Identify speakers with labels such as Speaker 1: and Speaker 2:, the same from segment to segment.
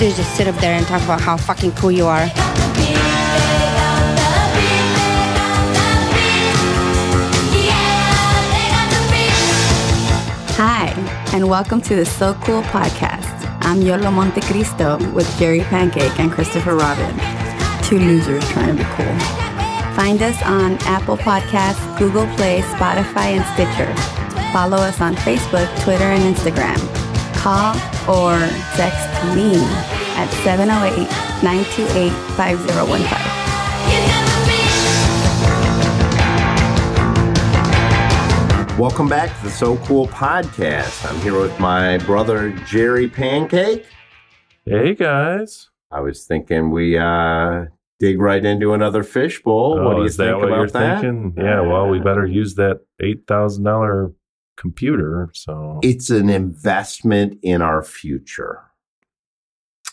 Speaker 1: you just sit up there and talk about how fucking cool you are.
Speaker 2: Hi, and welcome to the So Cool podcast. I'm Yolo Montecristo with Jerry Pancake and Christopher Robin, two losers trying to be cool. Find us on Apple Podcasts, Google Play, Spotify, and Stitcher. Follow us on Facebook, Twitter, and Instagram. Call or text me at 708 928 5015.
Speaker 3: Welcome back to the So Cool Podcast. I'm here with my brother Jerry Pancake.
Speaker 4: Hey guys.
Speaker 3: I was thinking we uh, dig right into another fishbowl. what do
Speaker 4: Oh,
Speaker 3: you
Speaker 4: is
Speaker 3: think
Speaker 4: that what
Speaker 3: about
Speaker 4: you're
Speaker 3: that? Ah.
Speaker 4: thinking? Yeah, well, we better use that $8,000 computer. So,
Speaker 3: It's an investment in our future.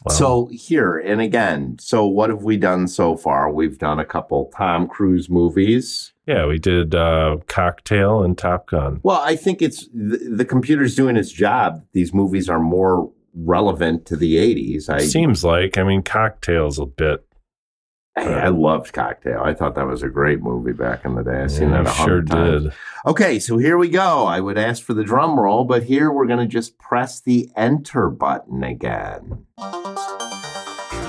Speaker 4: wow.
Speaker 3: So here and again. So what have we done so far? We've done a couple Tom Cruise movies.
Speaker 4: yeah, we did uh, Cocktail and Top Gun.
Speaker 3: Well, I think it's the, the computer's doing its job. These movies are more relevant to the 80s. I
Speaker 4: Seems like, I mean, Cocktail's a bit.
Speaker 3: Hey, I loved Cocktail. I thought that was a great movie back in the day. I've seen
Speaker 4: Yeah,
Speaker 3: that a
Speaker 4: we Mm, sure
Speaker 3: hundred times.
Speaker 4: did.
Speaker 3: Okay, so here we go. I would ask for the drum roll, but here we're going to just press the enter button again.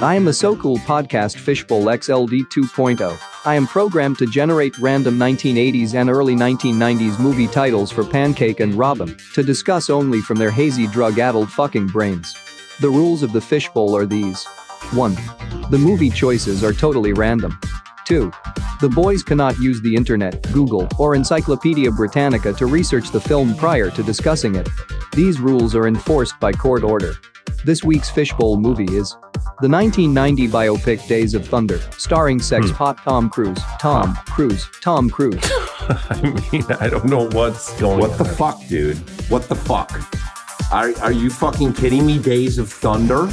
Speaker 5: I am a SoCool Podcast Fishbowl XLD 2.0. oh. I am programmed to generate random 1980s and early 1990s movie titles for Pancake and Robin to discuss only from their hazy drug addled fucking brains. The rules of the fishbowl are these 1. The movie choices are totally random. 2. The boys cannot use the internet, Google, or Encyclopedia Britannica to research the film prior to discussing it. These rules are enforced by court order. This week's fishbowl movie is the 1990 biopic Days of Thunder, starring sex pot Tom Cruise, Tom Cruise, Tom Cruise.
Speaker 4: I mean, I don't know what's going
Speaker 3: What the
Speaker 4: on.
Speaker 3: fuck, dude? What the fuck? Are, are you fucking kidding me? Days of Thunder?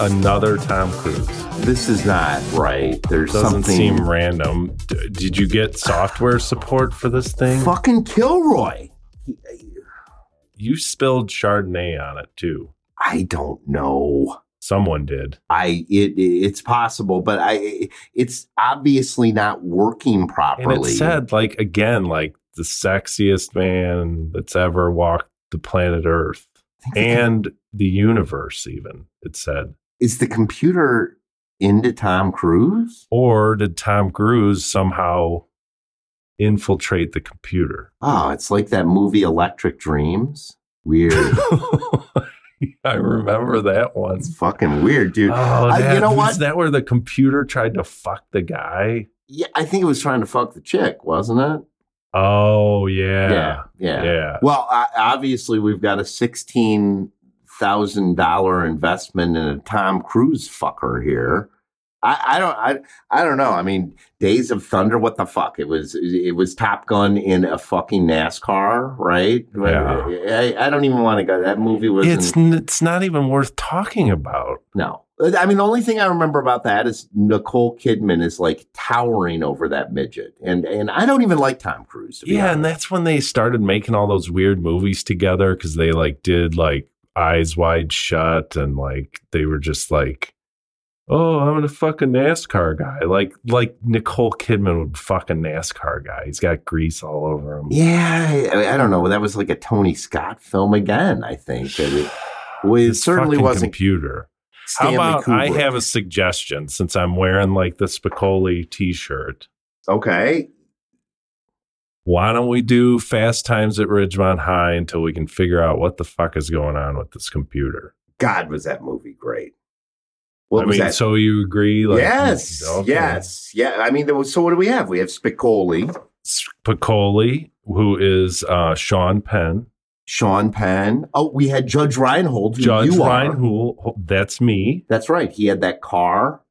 Speaker 4: Another Tom Cruise.
Speaker 3: This is not right. There's
Speaker 4: Doesn't
Speaker 3: something.
Speaker 4: seem random. D- did you get software support for this thing?
Speaker 3: fucking Kilroy.
Speaker 4: You spilled Chardonnay on it too.
Speaker 3: I don't know.
Speaker 4: Someone did.
Speaker 3: I it, it's possible, but I it's obviously not working
Speaker 4: And
Speaker 3: properly.
Speaker 4: it said, like, again, like the sexiest man that's ever walked the planet Earth and the universe, even, it said.
Speaker 3: is the computer into Tom Cruise?
Speaker 4: Or did Tom Cruise somehow infiltrate the computer?
Speaker 3: Oh, it's like that movie Electric Dreams. Weird.
Speaker 4: I remember that one.
Speaker 3: it's fucking weird, dude.
Speaker 4: Oh,
Speaker 3: I-
Speaker 4: that-
Speaker 3: you know
Speaker 4: Is
Speaker 3: what?
Speaker 4: that where the computer tried to fuck the guy?
Speaker 3: Yeah, I think it was trying to fuck the chick, wasn't it?
Speaker 4: Oh, yeah.
Speaker 3: yeah.
Speaker 4: Yeah.
Speaker 3: Well, I, obviously, we've got a sixteen thousand dollar investment in a Tom Cruise fucker here. I, I don't, I, I don't know. I mean, Days of Thunder. What the fuck? It was, it was Top Gun in a fucking NASCAR, right?
Speaker 4: Yeah.
Speaker 3: I, I don't even want to go. That movie was an-
Speaker 4: It's, n- it's not even worth talking about.
Speaker 3: No. I mean, the only thing I remember about that is Nicole Kidman is like towering over that midget. And and I don't even like Tom Cruise. To be
Speaker 4: Yeah, and
Speaker 3: honest.
Speaker 4: that's when they started making all those weird movies together because they like did like Eyes Wide Shut and like they were just like, oh, I'm gonna fuck a NASCAR guy. Like like Nicole Kidman would fuck a NASCAR guy. He's got grease all over him.
Speaker 3: Yeah, I, I don't know. That was like a Tony Scott film again, I think. that it, well, it
Speaker 4: His
Speaker 3: certainly
Speaker 4: fucking
Speaker 3: wasn't
Speaker 4: computer.
Speaker 3: Stanley
Speaker 4: How about
Speaker 3: Kubrick.
Speaker 4: I have a suggestion since I'm wearing like the Spicoli T-shirt.
Speaker 3: Okay.
Speaker 4: Why don't we do Fast Times at Ridgemont High until we can figure out what the fuck is going on with this computer?
Speaker 3: God, was that movie great? What
Speaker 4: I
Speaker 3: was
Speaker 4: mean,
Speaker 3: that?
Speaker 4: so you agree? Like,
Speaker 3: yes,
Speaker 4: okay.
Speaker 3: yes, yeah. I mean, there was, so what do we have? We have Spicoli,
Speaker 4: Spicoli, who is uh, Sean Penn,
Speaker 3: Sean Penn. Oh, we had Judge Reinhold. Who
Speaker 4: Judge
Speaker 3: you are.
Speaker 4: Ryan Hool, that's me.
Speaker 3: That's right. He had that car.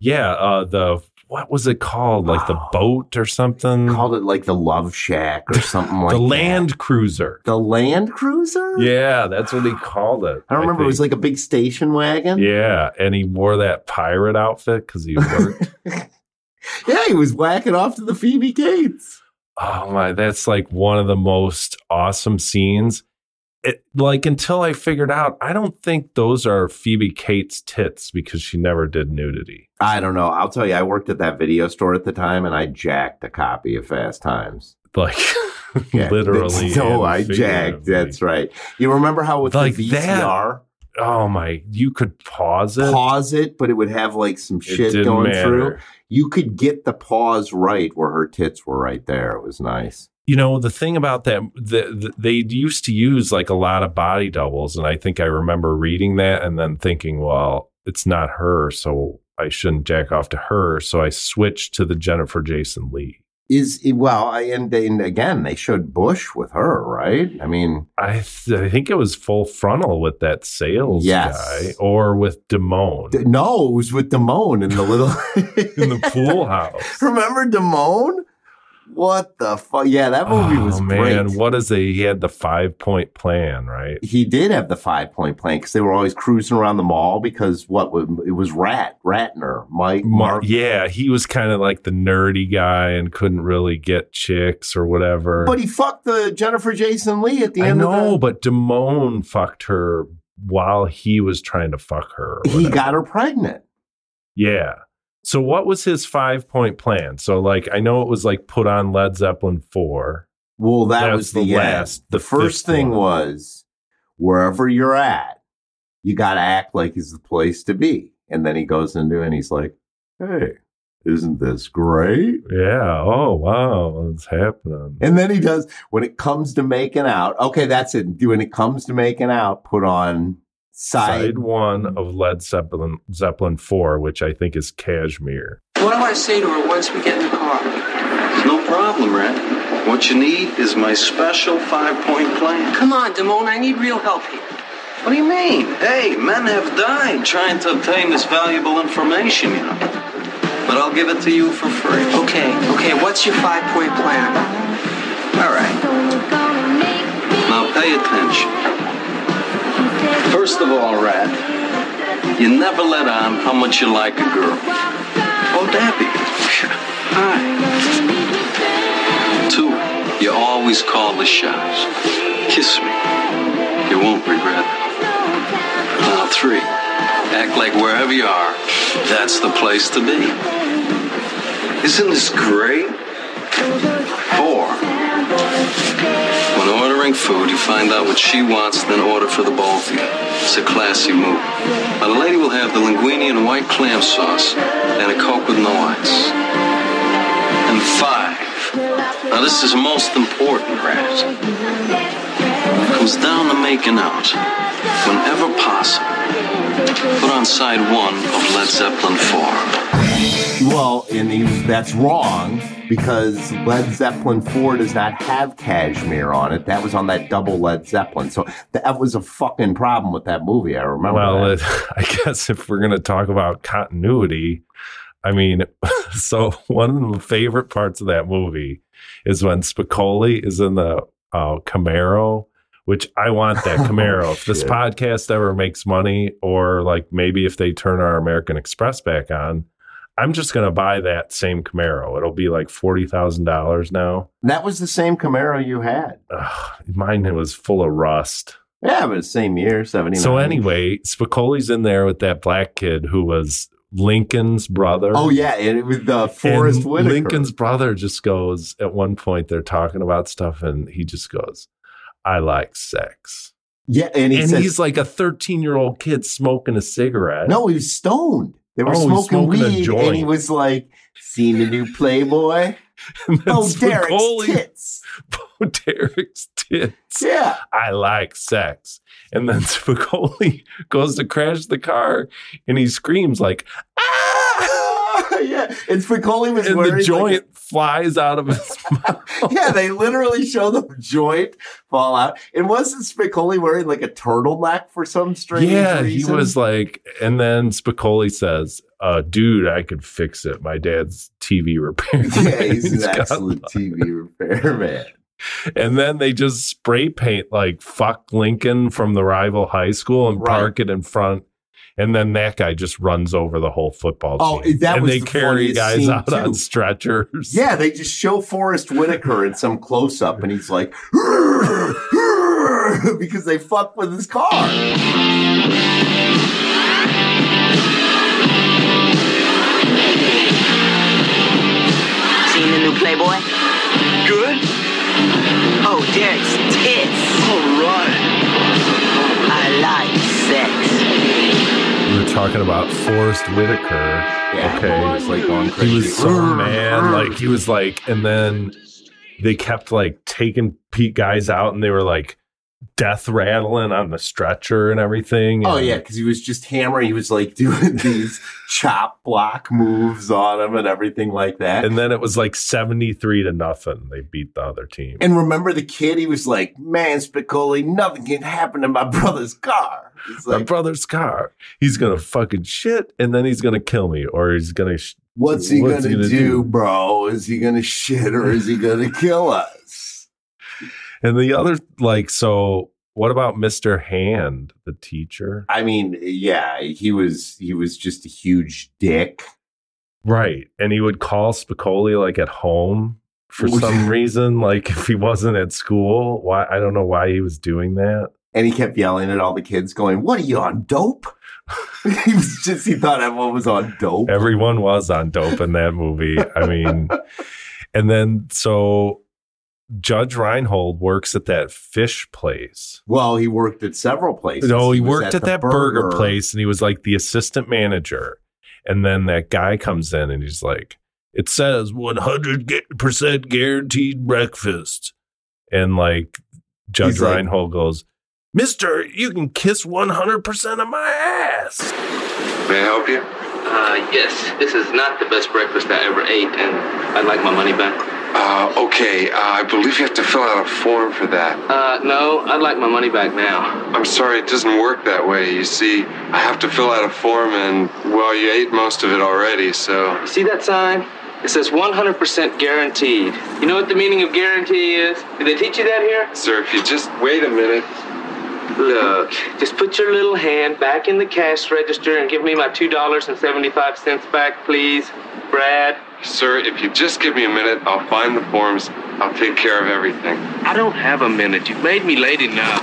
Speaker 4: Yeah, uh, the what was it called? Like the
Speaker 3: Oh.
Speaker 4: boat or something?
Speaker 3: called it like the Love Shack or something like
Speaker 4: Mm. the
Speaker 3: that.
Speaker 4: Land Cruiser.
Speaker 3: the Land Cruiser.
Speaker 4: Yeah, that's what he called it.
Speaker 3: I remember it was
Speaker 4: think.
Speaker 3: like a big station wagon.
Speaker 4: Yeah, and he wore that pirate outfit because he worked.
Speaker 3: yeah, he was whacking off to the Phoebe Gates.
Speaker 4: oh my, that's like one of the most awesome scenes. it, like until I figured out, I don't think those are Phoebe Cates tits because she never did nudity.
Speaker 3: I don't know. I'll tell you, I worked at that video store at the time and I jacked a copy of Fast Times.
Speaker 4: Like
Speaker 3: Yeah,
Speaker 4: literally.
Speaker 3: that's- No,
Speaker 4: and
Speaker 3: I jacked.
Speaker 4: figuratively.
Speaker 3: That's right. You remember how with
Speaker 4: Like
Speaker 3: the
Speaker 4: that.
Speaker 3: VCR,
Speaker 4: Oh my! You could pause it.
Speaker 3: pause it, but it would have like some
Speaker 4: It
Speaker 3: shit
Speaker 4: didn't
Speaker 3: going
Speaker 4: matter.
Speaker 3: through. You could get the pause right where her tits were right there. It was nice.
Speaker 4: you know the thing about that the, the, they used to use like a lot of body doubles and i think i remember reading that and then thinking well it's not her so i shouldn't jack off to her so i switched to the jennifer jason lee
Speaker 3: Is well, I, and, and again, they showed Bush with her, right? I mean,
Speaker 4: i, th- I think it was full frontal with that sales
Speaker 3: Yes.
Speaker 4: guy or with damone
Speaker 3: th- no, it was with Damone in the little
Speaker 4: in the pool house
Speaker 3: Remember Damone? What the fuck? Yeah, that movie was
Speaker 4: Oh, man
Speaker 3: great.
Speaker 4: what is it he had the five point plan right
Speaker 3: He did have the five point plan because they were always cruising around the mall because what wa- it was Rat Ratner Mike
Speaker 4: Mar-
Speaker 3: Mark,
Speaker 4: yeah, he was kind of like the nerdy guy and couldn't really get chicks or whatever.
Speaker 3: but he fucked the Jennifer Jason Lee at the
Speaker 4: I
Speaker 3: end.
Speaker 4: know,
Speaker 3: of
Speaker 4: but Damone fucked her while he was trying to fuck her. or
Speaker 3: the, he
Speaker 4: whatever.
Speaker 3: got her pregnant.
Speaker 4: yeah. So what was his five point plan? So like, I know it was like put on Led Zeppelin four.
Speaker 3: Well, that
Speaker 4: That's
Speaker 3: was the,
Speaker 4: the
Speaker 3: end.
Speaker 4: last-
Speaker 3: The,
Speaker 4: the
Speaker 3: first
Speaker 4: fifth
Speaker 3: thing
Speaker 4: one.
Speaker 3: was wherever you're at, you got to act like it's the place to be. And then he goes into it and he's like, "Hey, isn't this great?"
Speaker 4: Yeah. Oh wow, what's happening?
Speaker 3: And then he does when it comes to making out. Okay, that's it. When it comes to making out, put on side.
Speaker 4: Side one of Led Zeppelin Zeppelin four, which I think is Cashmere.
Speaker 6: What do I say to her once we get in the car?
Speaker 7: No problem, Rat. What you need is my special five-point plan.
Speaker 6: Come on, Damone, I need real help here.
Speaker 7: What do you mean? Hey, men have died trying to obtain this valuable information, you know. But I'll give it to you for free.
Speaker 6: Okay, okay, what's your five point plan?
Speaker 7: All right. Now pay attention. First of all, Rat, you never let on how much you like a girl. Oh, Dappy. Hi. Two, you always call the shots. Kiss me. You won't regret it. Now, three, act like wherever you are, that's the place to be. Isn't this great? Four, when ordering food, you find out what she wants, then order for the both of you. It's a classy move. Now, the lady will have the linguine and white clam sauce, and a Coke with no ice. And five. Now, this is most important, Raz. Comes down to making out. Whenever possible, put on side one of Led Zeppelin 4.
Speaker 3: Well, and he, that's wrong because Led Zeppelin 4 does not have cashmere on it. That was on that double Led Zeppelin. So that was a fucking problem with that movie. I remember.
Speaker 4: Well,
Speaker 3: that.
Speaker 4: it, I guess if we're going to talk about continuity, I mean, so one of the favorite parts of that movie is when Spicoli is in the uh, Camaro, which I want that Camaro. if this
Speaker 3: shit.
Speaker 4: podcast ever makes money, or like maybe if they turn our American Express back on, I'm just going to buy that same Camaro. It'll be like $40,000 now.
Speaker 3: that was the same Camaro you had.
Speaker 4: Ugh, mine was full of rust.
Speaker 3: Yeah, but it's same year, 79.
Speaker 4: So anyway, Spicoli's in there with that black kid who was Lincoln's brother.
Speaker 3: Oh, yeah. And it was the
Speaker 4: And
Speaker 3: Forrest Whitaker.
Speaker 4: Lincoln's brother just goes at one point they're talking about stuff and he just goes, I like sex.
Speaker 3: Yeah. And he
Speaker 4: and
Speaker 3: says,
Speaker 4: he's like a 13 year old kid smoking a cigarette.
Speaker 3: No, he was stoned. They were
Speaker 4: Oh, he
Speaker 3: smoking,
Speaker 4: was smoking a
Speaker 3: weed, and he
Speaker 4: joint.
Speaker 3: was like, "Seen the new Playboy?
Speaker 4: and then
Speaker 3: Oh, Derek's
Speaker 4: Spicoli-
Speaker 3: tits.
Speaker 4: Bo Derek's tits.
Speaker 3: Yeah,
Speaker 4: I like sex. And then Spicoli goes to crash the car and he screams like,
Speaker 3: ah! yeah." And Spicoli was
Speaker 4: and
Speaker 3: wearing
Speaker 4: the
Speaker 3: like,
Speaker 4: joint flies out of his mouth.
Speaker 3: yeah, they literally show the joint fall out. And wasn't Spicoli wearing like a turtleneck for some strange
Speaker 4: yeah,
Speaker 3: reason?
Speaker 4: he was like, and then Spicoli says, uh, "Dude, I could fix it. My dad's TV repair."
Speaker 3: yeah, he's, an excellent TV repairman.
Speaker 4: and then they just spray paint like "fuck Lincoln" from the rival high school and
Speaker 3: Right.
Speaker 4: park it in front. And then that guy just runs over the whole football
Speaker 3: Oh,
Speaker 4: team.
Speaker 3: that
Speaker 4: and
Speaker 3: was
Speaker 4: they
Speaker 3: the funniest
Speaker 4: carry guys
Speaker 3: scene,
Speaker 4: out on
Speaker 3: too.
Speaker 4: stretchers.
Speaker 3: Yeah, they just show Forrest Whitaker in some close up, and he's like, "Rrr, rrr, murdered because they fucked with his car.
Speaker 8: Seen the new Playboy?
Speaker 6: Good?
Speaker 8: Oh, Derek's tits.
Speaker 6: All right.
Speaker 8: I like sex.
Speaker 4: We were talking about Forrest Whitaker. okay.
Speaker 3: It's like going crazy.
Speaker 4: He was so mad. Like he was like, and then they kept like taking Pete guys out, and they were like death rattling on the stretcher and everything.
Speaker 3: Oh
Speaker 4: and-
Speaker 3: yeah, because he was just hammering. He was like doing these chop block moves on him and everything like that.
Speaker 4: And then it was like seventy three to nothing. They beat the other team.
Speaker 3: And remember the kid? He was like, "Man, Spicoli, nothing can happen to my brother's car." It's
Speaker 4: My
Speaker 3: like,
Speaker 4: brother's car. He's gonna fucking shit, and then he's gonna kill me, or he's gonna. Sh-
Speaker 3: what's he
Speaker 4: what's he
Speaker 3: gonna,
Speaker 4: gonna
Speaker 3: do,
Speaker 4: do?
Speaker 3: bro? Is he gonna shit or is he gonna kill us?
Speaker 4: and the other like so. What about Mister Hand, the teacher?
Speaker 3: I mean, yeah, he was he was just a huge dick.
Speaker 4: Right. And he would call Spicoli like at home for some reason, like if he wasn't at school. Why I don't know why he was doing that.
Speaker 3: And he kept yelling at all the kids, going, "What are you on dope?" he was just he thought everyone was on dope.
Speaker 4: Everyone was on dope in that movie. I mean, and then so Judge Reinhold works at that fish place.
Speaker 3: Well, he worked at several places.
Speaker 4: No, he,
Speaker 3: was
Speaker 4: worked at,
Speaker 3: the
Speaker 4: that burger place and he was like the assistant manager. And then that guy comes in and he's like, it says 100% guaranteed breakfast. And like Judge
Speaker 3: He's like-
Speaker 4: Reinhold goes, Mister, you can kiss 100% of my ass.
Speaker 7: May I help you?
Speaker 9: Uh, yes, this is not the best breakfast I ever ate, and I'd like my money back.
Speaker 7: Uh, okay, uh, I believe you have to fill out a form for that.
Speaker 9: Uh, no, I'd like my money back now.
Speaker 7: I'm sorry, it doesn't work that way. You see, I have to fill out a form, and, well, you ate most of it already, so.
Speaker 9: You see that sign? It says 100% guaranteed. You know what the meaning of guarantee is? Did they teach you that here?
Speaker 7: Sir, if you just wait a minute.
Speaker 9: Look, just put your little hand back in the cash register and give me my $2.75 back, please, Brad.
Speaker 7: Sir, if you just give me a minute, I'll find the forms. I'll take care of everything.
Speaker 9: I don't have a minute. You've made me late enough.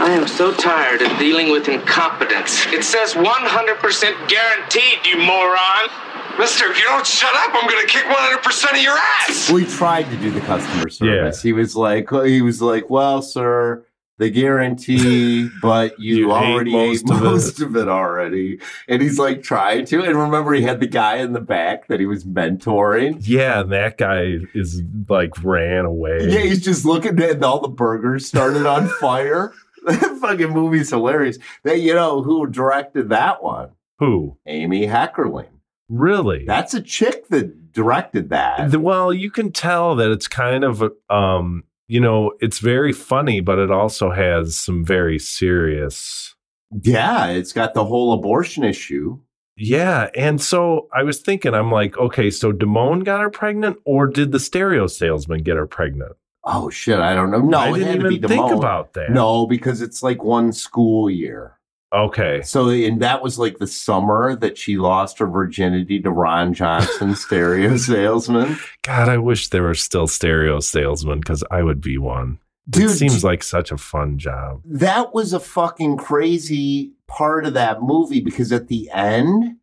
Speaker 9: I am so tired of dealing with incompetence. It says 100% guaranteed, you moron.
Speaker 7: Mister, if you don't shut up, I'm gonna kick 100% of your ass!
Speaker 3: We tried to do the customer service. He was like, he was like, well, sir, the guarantee, but you,
Speaker 4: You ate
Speaker 3: already
Speaker 4: most
Speaker 3: ate
Speaker 4: of it."
Speaker 3: most of it already. And he's like trying to. And remember, he had the guy in the back that he was mentoring.
Speaker 4: Yeah, and that guy is like ran away.
Speaker 3: Yeah, he's just looking at and all the burgers started on fire. That fucking movie's hilarious. That you know who directed that one?
Speaker 4: Who?
Speaker 3: Amy Heckerling.
Speaker 4: Really?
Speaker 3: That's a chick that directed that.
Speaker 4: The- well, you can tell that it's kind of um, you know, it's very funny, but it also has some very serious
Speaker 3: yeah, it's got the whole abortion issue.
Speaker 4: Yeah. And so I was thinking, I'm like, okay, so Damone got her pregnant, or did the stereo salesman get her pregnant?
Speaker 3: Oh shit, I don't know. No,
Speaker 4: I
Speaker 3: it had
Speaker 4: didn't
Speaker 3: to
Speaker 4: even
Speaker 3: be
Speaker 4: think
Speaker 3: Damone.
Speaker 4: about that.
Speaker 3: No, because it's like one school year.
Speaker 4: Okay.
Speaker 3: So and that was like the summer that she lost her virginity to Ron Johnson, stereo salesman.
Speaker 4: God, I wish there were still stereo salesmen because I would be one.
Speaker 3: Dude,
Speaker 4: it seems
Speaker 3: d-
Speaker 4: like such a fun job.
Speaker 3: that was a fucking crazy part of that movie because at the end,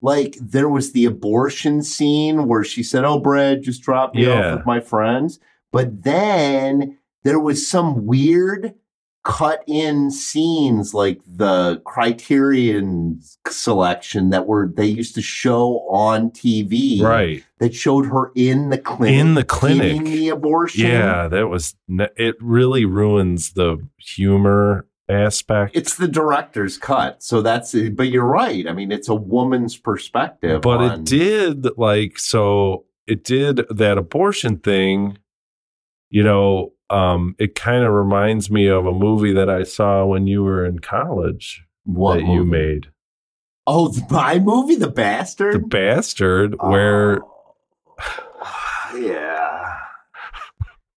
Speaker 3: like there was the abortion scene where she said, "Oh, Brad, just drop me
Speaker 4: Yeah.
Speaker 3: off with my friends," but then there was some weird cut in scenes like the criterion selection that were they used to show on tv
Speaker 4: Right.
Speaker 3: that showed her in the clinic
Speaker 4: In the clinic.
Speaker 3: getting the abortion
Speaker 4: Yeah, that was, ne- it really ruins the humor aspect.
Speaker 3: it's the director's cut so that's but you're right i mean it's a woman's perspective
Speaker 4: but
Speaker 3: on-
Speaker 4: it did like so it did that abortion thing you know um it kind of reminds me of a movie that i saw when you were in college
Speaker 3: what
Speaker 4: that you
Speaker 3: movie?
Speaker 4: made
Speaker 3: oh the, my movie the bastard
Speaker 4: the bastard where
Speaker 3: Oh. yeah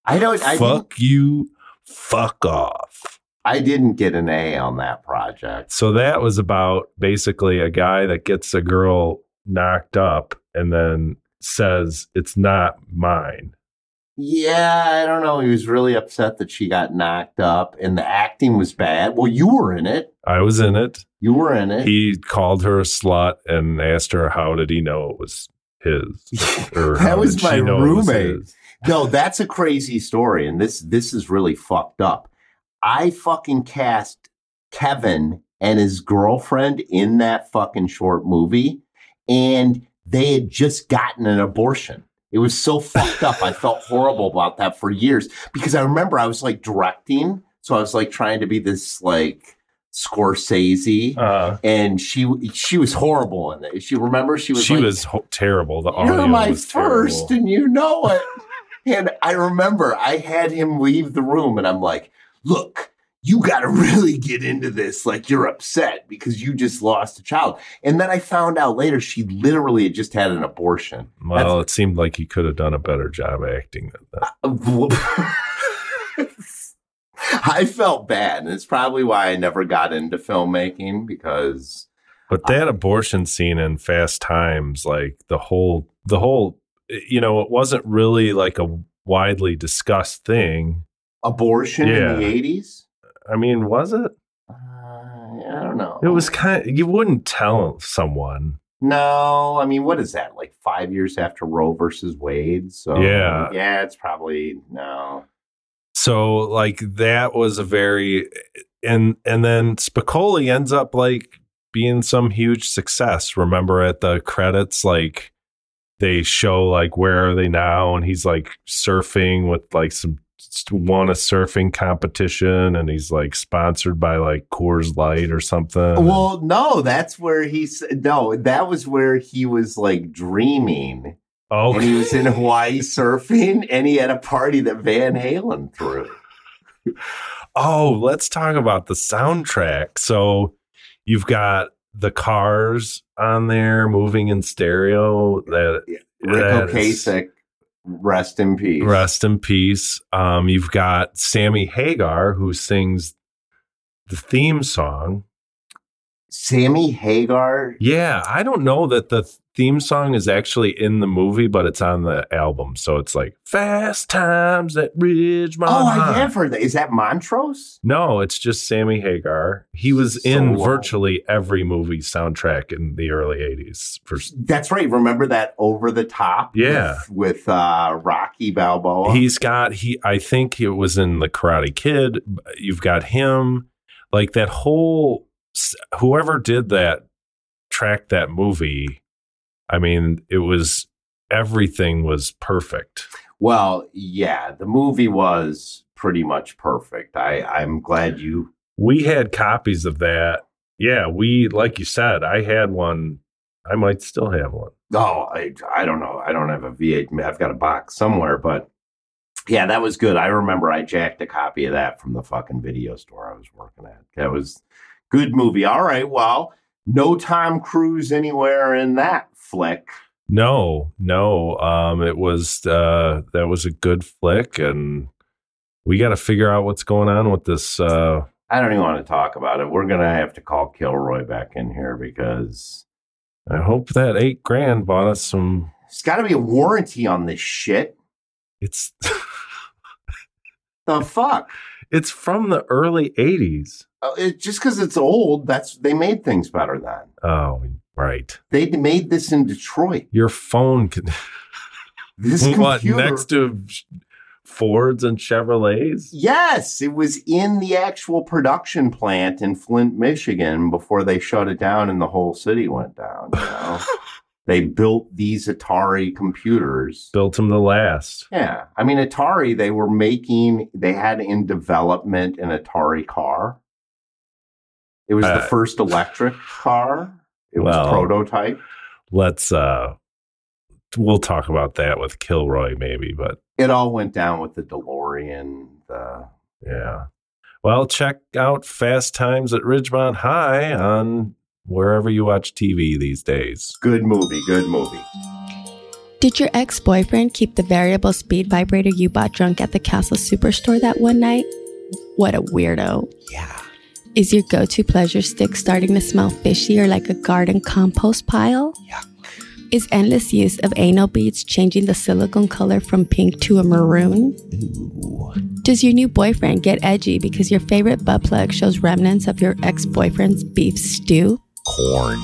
Speaker 3: i don't I didn't,
Speaker 4: fuck you fuck off
Speaker 3: I didn't get an a on that project
Speaker 4: so that was about basically a guy that gets a girl knocked up and then says it's not mine
Speaker 3: Yeah, I don't know. He was really upset that she got knocked up and the acting was bad. Well, you were in it.
Speaker 4: I was in it.
Speaker 3: You were in it.
Speaker 4: He called her a slut and asked her how did he know it was his. Or
Speaker 3: That
Speaker 4: how
Speaker 3: was
Speaker 4: did
Speaker 3: my
Speaker 4: she know it was
Speaker 3: roommate.
Speaker 4: his.
Speaker 3: no, that's a crazy story, and this this is really fucked up. I fucking cast Kevin and his girlfriend in that fucking short movie, and they had just gotten an abortion. It was so fucked up. I felt horrible about that for years because I remember I was like directing, so I was like trying to be this like Scorsese,
Speaker 4: Uh,
Speaker 3: and she she was horrible in it. She remember she was
Speaker 4: she
Speaker 3: like,
Speaker 4: was ho- terrible. The audio
Speaker 3: you're my
Speaker 4: was
Speaker 3: first
Speaker 4: terrible.
Speaker 3: and you know it. and I remember I had him leave the room and I'm like, look, you got to really get into this. Like you're upset because you just lost a child. And then I found out later she literally had just had an abortion.
Speaker 4: Well, it seemed like he could have done a better job acting than that.
Speaker 3: I felt bad. And it's probably why I never got into filmmaking because
Speaker 4: But that abortion scene in Fast Times, like the whole, the whole, you know, it wasn't really like a widely discussed thing.
Speaker 3: abortion
Speaker 4: Yeah.
Speaker 3: in the 80s?
Speaker 4: I mean, was it?
Speaker 3: Uh, I don't know.
Speaker 4: It was kind. you wouldn't tell someone.
Speaker 3: No, I mean, what is that? Like five years after Roe versus Wade? So
Speaker 4: Yeah.
Speaker 3: yeah, it's probably no.
Speaker 4: So like that was a very, and and then Spicoli ends up like being some huge success. Remember at the credits, like they show like where are they now, and he's like surfing with like some won a surfing competition, and he's like sponsored by like Coors Light or something.
Speaker 3: Well, no, that's where he s- no, that was where he was like dreaming, and he
Speaker 4: okay.
Speaker 3: was in Hawaii surfing, and he had a party that Van Halen threw.
Speaker 4: Oh, let's talk about the soundtrack. So you've got the cars on there moving in stereo that
Speaker 3: Rick
Speaker 4: That is-
Speaker 3: Ocasek, rest in peace.
Speaker 4: rest in peace. Um, you've got Sammy Hagar who sings the theme song.
Speaker 3: Sammy Hagar.
Speaker 4: Yeah, I don't know that the theme song is actually in the movie, but it's on the album. So it's like Fast Times at Ridgemont.
Speaker 3: Oh, I
Speaker 4: High."
Speaker 3: have heard that. Is that Montrose?
Speaker 4: No, it's just Sammy Hagar. He was
Speaker 3: So
Speaker 4: in
Speaker 3: low.
Speaker 4: virtually every movie soundtrack in the early 80s. For,
Speaker 3: That's right. Remember that over the top?
Speaker 4: Yeah.
Speaker 3: With, with uh, Rocky Balboa.
Speaker 4: he's got he I think it was in The Karate Kid. You've got him like that whole s- whoever did that track that movie. I mean, it was everything was perfect.
Speaker 3: Well, yeah, the movie was pretty much perfect. I, I'm glad you.
Speaker 4: We had copies of that. Yeah, we like you said, I had one. I might still have one.
Speaker 3: Oh, I, I don't know. I don't have a V8. I've got a box somewhere, but yeah, that was good. I remember I jacked a copy of that from the fucking video store I was working at. That was good movie. All right, well, no Tom Cruise anywhere in that flick.
Speaker 4: No, no. Um, it was uh, that was a good flick, and we got to figure out what's going on with this. Uh,
Speaker 3: I don't even want to talk about it. We're gonna have to call Kilroy back in here because
Speaker 4: I hope that eight grand bought us some.
Speaker 3: there's got to be a warranty on this shit.
Speaker 4: It's
Speaker 3: The fuck.
Speaker 4: it's from the early '80s.
Speaker 3: Uh, it, just because it's old, that's they made things better then.
Speaker 4: Oh, right.
Speaker 3: They d- made this in Detroit.
Speaker 4: Your phone can
Speaker 3: This
Speaker 4: what
Speaker 3: computer,
Speaker 4: next to Fords and Chevrolets.
Speaker 3: Yes, it was in the actual production plant in Flint, Michigan, before they shut it down and the whole city went down. You know? they built these Atari computers.
Speaker 4: Built them the last.
Speaker 3: Yeah, I mean Atari. They were making. They had in development an Atari car. It was the
Speaker 4: Uh,
Speaker 3: first electric car. It was
Speaker 4: well,
Speaker 3: prototype.
Speaker 4: Let's uh, we'll talk about that with Kilroy maybe, but
Speaker 3: it all went down with the DeLorean. The
Speaker 4: Yeah. Well, check out Fast Times at Ridgemont High on wherever you watch TV these days.
Speaker 3: good movie, good movie.
Speaker 10: Did your ex boyfriend keep the variable speed vibrator you bought drunk at the Castle Superstore that one night? What a weirdo.
Speaker 3: Yeah.
Speaker 10: Is your go to pleasure stick starting to smell fishy or like a garden compost pile? Is endless use of anal beads changing the silicone color from pink to a maroon? Does your new boyfriend get edgy because your favorite butt plug shows remnants of your ex boyfriend's beef stew?
Speaker 11: Corn.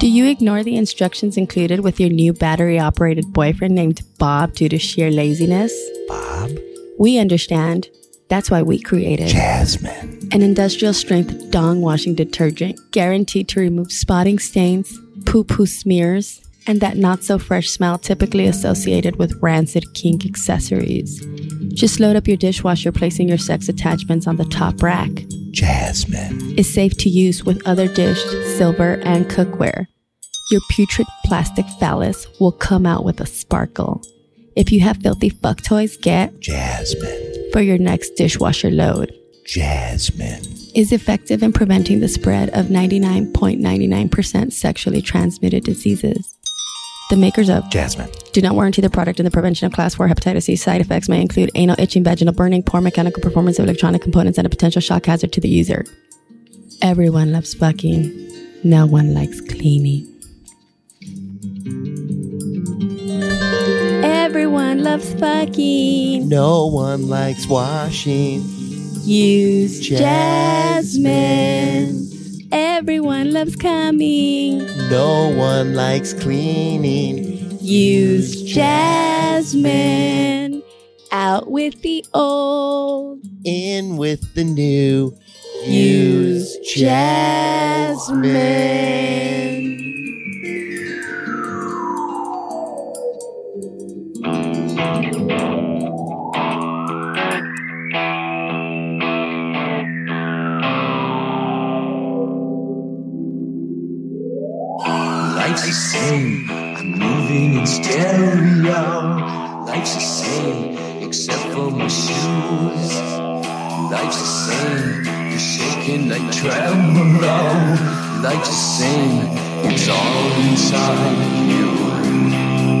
Speaker 10: Do you ignore the instructions included with your new battery operated boyfriend named Bob due to sheer laziness? Bob? We understand. That's why we created Jasmine, an industrial strength dong washing detergent guaranteed to remove spotting stains, poo poo smears, and that not so fresh smell typically associated with rancid kink accessories. Just load up your dishwasher, placing your sex attachments on the top rack.
Speaker 11: Jasmine.
Speaker 10: Is safe to use with other dish, silver, and cookware. Your putrid plastic phallus will come out with a sparkle. If you have filthy fuck toys, get Jasmine for your next dishwasher load.
Speaker 11: Jasmine.
Speaker 10: Is effective in preventing the spread of 99.99% sexually transmitted diseases. The makers of
Speaker 11: Jasmine.
Speaker 10: do not warranty the product in the prevention of class 4 hepatitis C. Side effects may include anal itching, vaginal burning, poor mechanical performance of electronic components, and a potential shock hazard to the user. Everyone loves fucking. No one likes cleaning. Everyone loves fucking.
Speaker 12: No one likes washing.
Speaker 10: Use Jasmine. Everyone loves coming.
Speaker 12: No one likes cleaning.
Speaker 10: Use Jasmine. Out with the old.
Speaker 12: In with the new.
Speaker 10: Use Jasmine.
Speaker 13: Life's the same. I'm moving in stereo. Life's the same, except for my shoes. Life's the same. You're shaking like tremolo. Life's the same. It's all inside you.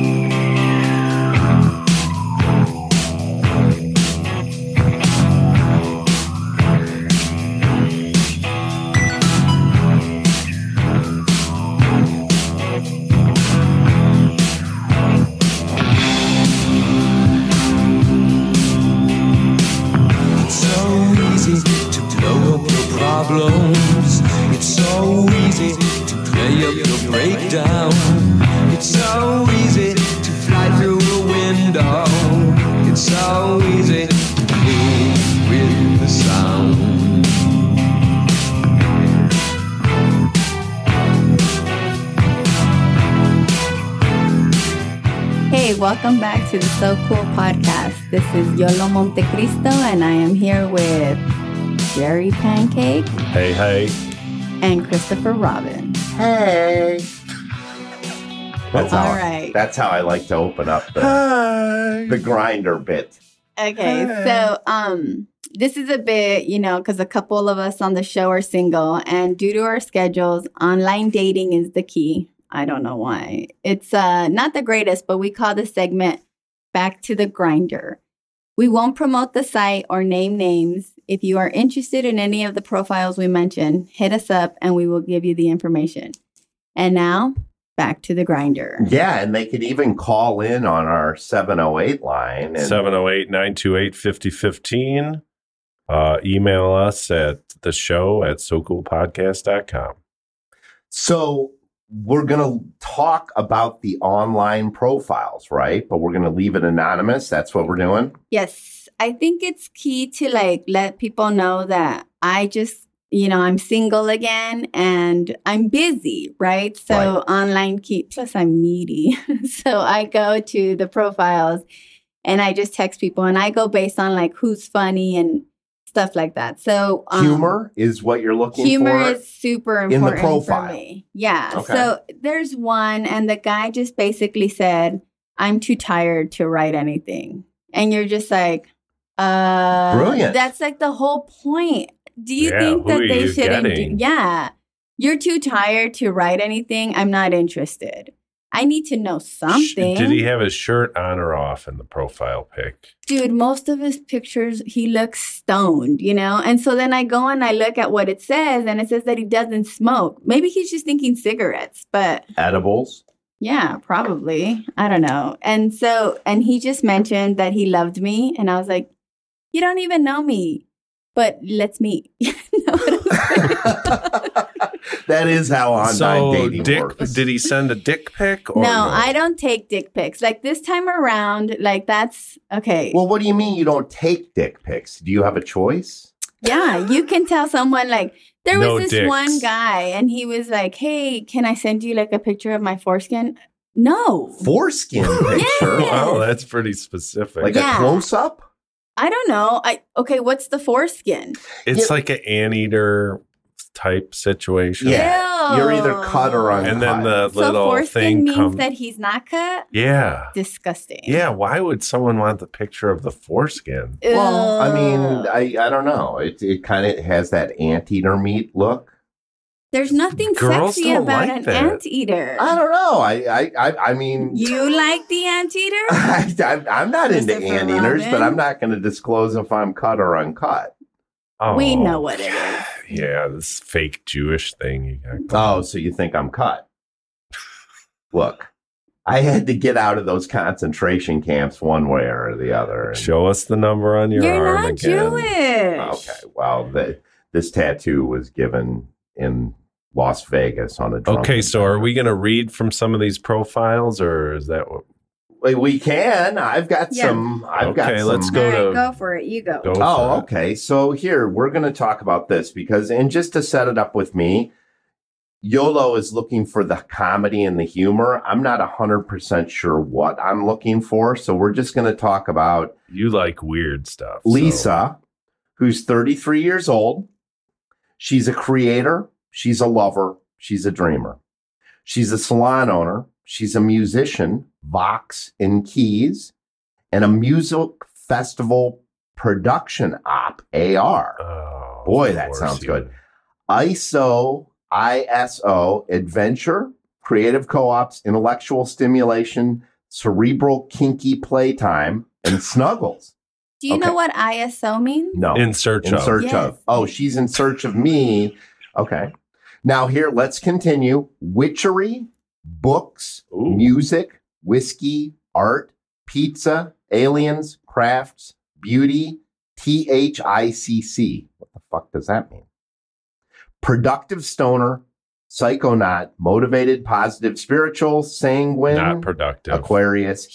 Speaker 13: It's so easy to blow up your problems. It's so easy to play up your breakdown. It's so easy to fly through a window. It's so easy to play with the sound.
Speaker 2: Hey, welcome back to the So Cool podcast. This is Yolo Montecristo, and I am here with Jerry Pancake
Speaker 4: Hey, hey.
Speaker 2: and Christopher Robin.
Speaker 3: Hey. That's
Speaker 2: All
Speaker 3: how,
Speaker 2: right.
Speaker 3: That's how I like to open up the,
Speaker 2: Hi.
Speaker 3: the grinder bit.
Speaker 2: Okay,
Speaker 3: Hi.
Speaker 2: so um, this is a bit, you know, because a couple of us on the show are single, and due to our schedules, online dating is the key. I don't know why. It's uh not the greatest, but we call this segment "Back to the Grinder." We won't promote the site or name names. If you are interested in any of the profiles we mention, hit us up, and we will give you the information. And now, back to the grinder.
Speaker 3: Yeah, and they could even call in on our 708 line. And
Speaker 4: 708 928 5015. Uh, Email us at the show at socoolpodcast.com.
Speaker 3: So we're going to talk about the online profiles, right? But we're going to leave it anonymous. That's what we're doing.
Speaker 2: Yes, I think it's key to like let people know that I just, you know, I'm single again and I'm busy, right? So online key plus I'm needy. so I go to the profiles and I just text people and I go based on like who's funny and stuff like that. So um,
Speaker 3: humor is what you're looking
Speaker 2: humor
Speaker 3: for.
Speaker 2: is super
Speaker 3: in the
Speaker 2: important
Speaker 3: profile.
Speaker 2: for me. Yeah.
Speaker 3: Okay.
Speaker 2: So there's one, and the guy just basically said, "I'm too tired to write anything," and you're just like, "Uh,
Speaker 3: Brilliant.
Speaker 2: That's like the whole point. Do you
Speaker 3: Yeah,
Speaker 2: think
Speaker 3: who
Speaker 2: that
Speaker 3: are
Speaker 2: they
Speaker 3: you
Speaker 2: shouldn't? Do-
Speaker 3: getting?
Speaker 2: yeah, you're too tired to write anything. I'm not interested. I need to know something."
Speaker 4: Did he have his shirt on or off in the profile pic?
Speaker 2: dude, most of his pictures, he looks stoned, you know? And so then I go and I look at what it says, and it says that he doesn't smoke. Maybe he's just thinking cigarettes, but
Speaker 3: Edibles.
Speaker 2: Yeah, probably. I don't know. And so, and he just mentioned that he loved me. And I was like, you don't even know me, but let's meet.
Speaker 3: That is how online
Speaker 4: so
Speaker 3: dating
Speaker 4: dick,
Speaker 3: works.
Speaker 4: Did he send a dick pic? Or
Speaker 2: no, I don't take dick pics. Like this time around, like that's okay.
Speaker 3: Well, what do you mean you don't take dick pics? Do you have a choice?
Speaker 2: yeah, you can tell someone like there
Speaker 3: No
Speaker 2: was this
Speaker 3: dicks.
Speaker 2: one guy and he was like, "Hey, can I send you like a picture of my foreskin?" No.
Speaker 3: Foreskin
Speaker 4: picture. Wow, that's pretty specific.
Speaker 2: Like a Yeah.
Speaker 3: up?
Speaker 2: I don't know. I okay, what's the foreskin?
Speaker 4: It's like an anteater type situation.
Speaker 2: Yeah. Ew. You're either
Speaker 3: cut or uncut.
Speaker 4: And then the
Speaker 2: So
Speaker 4: little
Speaker 2: foreskin
Speaker 4: thing
Speaker 2: means
Speaker 4: comes.
Speaker 2: that he's not cut?
Speaker 4: yeah.
Speaker 2: Disgusting.
Speaker 4: Yeah. Why would someone want the picture of the foreskin?
Speaker 3: Well, I mean, I, I don't know. It it kind of has that anteater meat look.
Speaker 2: There's nothing
Speaker 3: Girls
Speaker 2: sexy
Speaker 3: don't
Speaker 2: about
Speaker 3: like
Speaker 2: an
Speaker 3: that.
Speaker 2: anteater.
Speaker 3: I don't know. I I I, I mean,
Speaker 2: You like the anteater?
Speaker 3: I, I, am not into
Speaker 2: Christopher
Speaker 3: anteaters, but
Speaker 2: Robin?
Speaker 3: I'm not going to disclose if I'm cut or uncut.
Speaker 4: Oh,
Speaker 2: We know what it is.
Speaker 4: Yeah, this fake Jewish thing you got.
Speaker 3: Oh, so you think I'm cut? Look, I had to get out of those concentration camps one way or the other.
Speaker 4: Show us the number on your
Speaker 2: You're
Speaker 4: arm
Speaker 2: not
Speaker 4: again.
Speaker 2: Jewish.
Speaker 3: Okay, well, the, this tattoo was given in Las Vegas on a drunk.
Speaker 4: Okay, so are we going to read from some of these profiles, or is that what?
Speaker 3: Wait, we can. I've got
Speaker 4: Yeah.
Speaker 3: some. I've got.
Speaker 4: Okay,
Speaker 3: some-
Speaker 4: let's go
Speaker 2: All right, go for it. You go.
Speaker 3: oh, okay. So here we're going to talk about this because, and just to set it up with me, YOLO is looking for the comedy and the humor. I'm not 100% sure what I'm looking for. So we're just going to talk about
Speaker 4: you like weird stuff.
Speaker 3: Lisa, who's 33 years old. She's a creator, she's a lover, she's a dreamer. She's a salon owner, she's a musician, Vox and Keys, and a music festival production op, AR.
Speaker 4: oh,
Speaker 3: Boy, that sounds good. ISO, ISO, adventure, creative co ops, intellectual stimulation, cerebral kinky playtime, and snuggles.
Speaker 2: Do you know what ISO means?
Speaker 3: No.
Speaker 4: In search
Speaker 3: in
Speaker 4: of.
Speaker 3: search of. Oh, she's in search of me. Okay. Now here, let's continue. Witchery, books, music, whiskey, art, pizza, aliens, crafts, beauty, T H I C C. What the fuck does that mean? Productive stoner, psychonaut, motivated, positive, spiritual, sanguine, not
Speaker 4: productive,
Speaker 3: Aquarius, E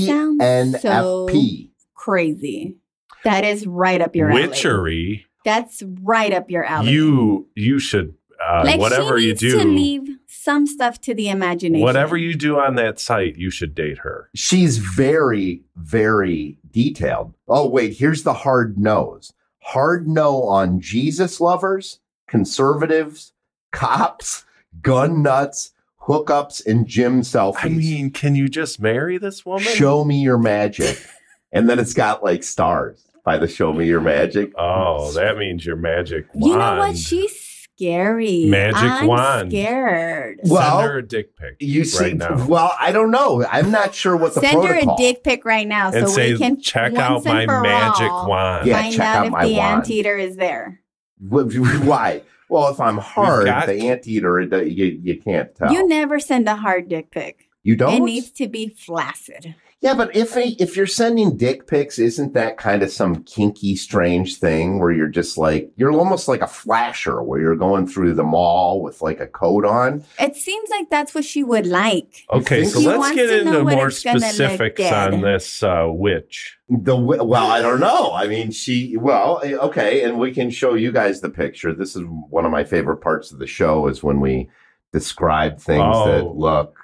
Speaker 2: She sounds
Speaker 4: E
Speaker 2: so
Speaker 3: ENFP.
Speaker 2: crazy. That is right up your alley.
Speaker 4: Witchery.
Speaker 2: That's right up your alley.
Speaker 4: You you should uh,
Speaker 2: like
Speaker 4: whatever
Speaker 2: she
Speaker 4: you
Speaker 2: needs to
Speaker 4: do,
Speaker 2: leave some stuff to the imagination.
Speaker 4: whatever you do on that site, you should date her.
Speaker 3: She's very, very detailed. Oh, wait, here's the hard no's. Hard no on Jesus lovers, conservatives, cops, gun nuts, hookups, and gym selfies. I mean,
Speaker 4: can you just marry this woman?
Speaker 3: Show me your magic. and then it's got like stars by the Show Me Your Magic.
Speaker 4: Oh, that means your magic wand.
Speaker 2: You know what? She's scary.
Speaker 4: Magic
Speaker 2: I'm
Speaker 4: wand.
Speaker 2: Scared.
Speaker 3: Well,
Speaker 4: Send her a dick pic.
Speaker 3: You see,
Speaker 4: right now.
Speaker 3: well, I don't know. I'm not sure what the
Speaker 2: Send
Speaker 3: protocol.
Speaker 2: her a dick pic right now so
Speaker 4: And say,
Speaker 2: we can
Speaker 4: "Check
Speaker 2: once
Speaker 4: out
Speaker 2: and
Speaker 4: my
Speaker 2: for
Speaker 4: magic
Speaker 2: all
Speaker 4: wand."
Speaker 3: Yeah,
Speaker 2: Find
Speaker 3: check
Speaker 2: out
Speaker 3: out
Speaker 2: if
Speaker 3: my
Speaker 2: the
Speaker 3: wand.
Speaker 2: anteater is there.
Speaker 3: Why? Well, if I'm hard,
Speaker 4: got-
Speaker 3: the anteater, it- you, you can't tell.
Speaker 2: You never send a hard dick pic.
Speaker 3: You don't?
Speaker 2: It needs to be flaccid.
Speaker 3: Yeah, but if a, if you're sending dick pics, isn't that kind of some kinky, strange thing where you're just like you're almost like a flasher, where you're going through the mall with like a coat on?
Speaker 2: It seems like that's what she would like.
Speaker 4: Okay,
Speaker 2: You
Speaker 4: so
Speaker 2: think- She
Speaker 4: let's
Speaker 2: wants
Speaker 4: get
Speaker 2: to know
Speaker 4: into
Speaker 2: what
Speaker 4: more
Speaker 2: it's gonna look
Speaker 4: specifics
Speaker 2: dead.
Speaker 4: on this uh, witch.
Speaker 3: The wi- well, I don't know. I mean, she well, eh, okay, and we can show you guys the picture. This is one of my favorite parts of the show is when we describe things
Speaker 4: Oh.
Speaker 3: that look,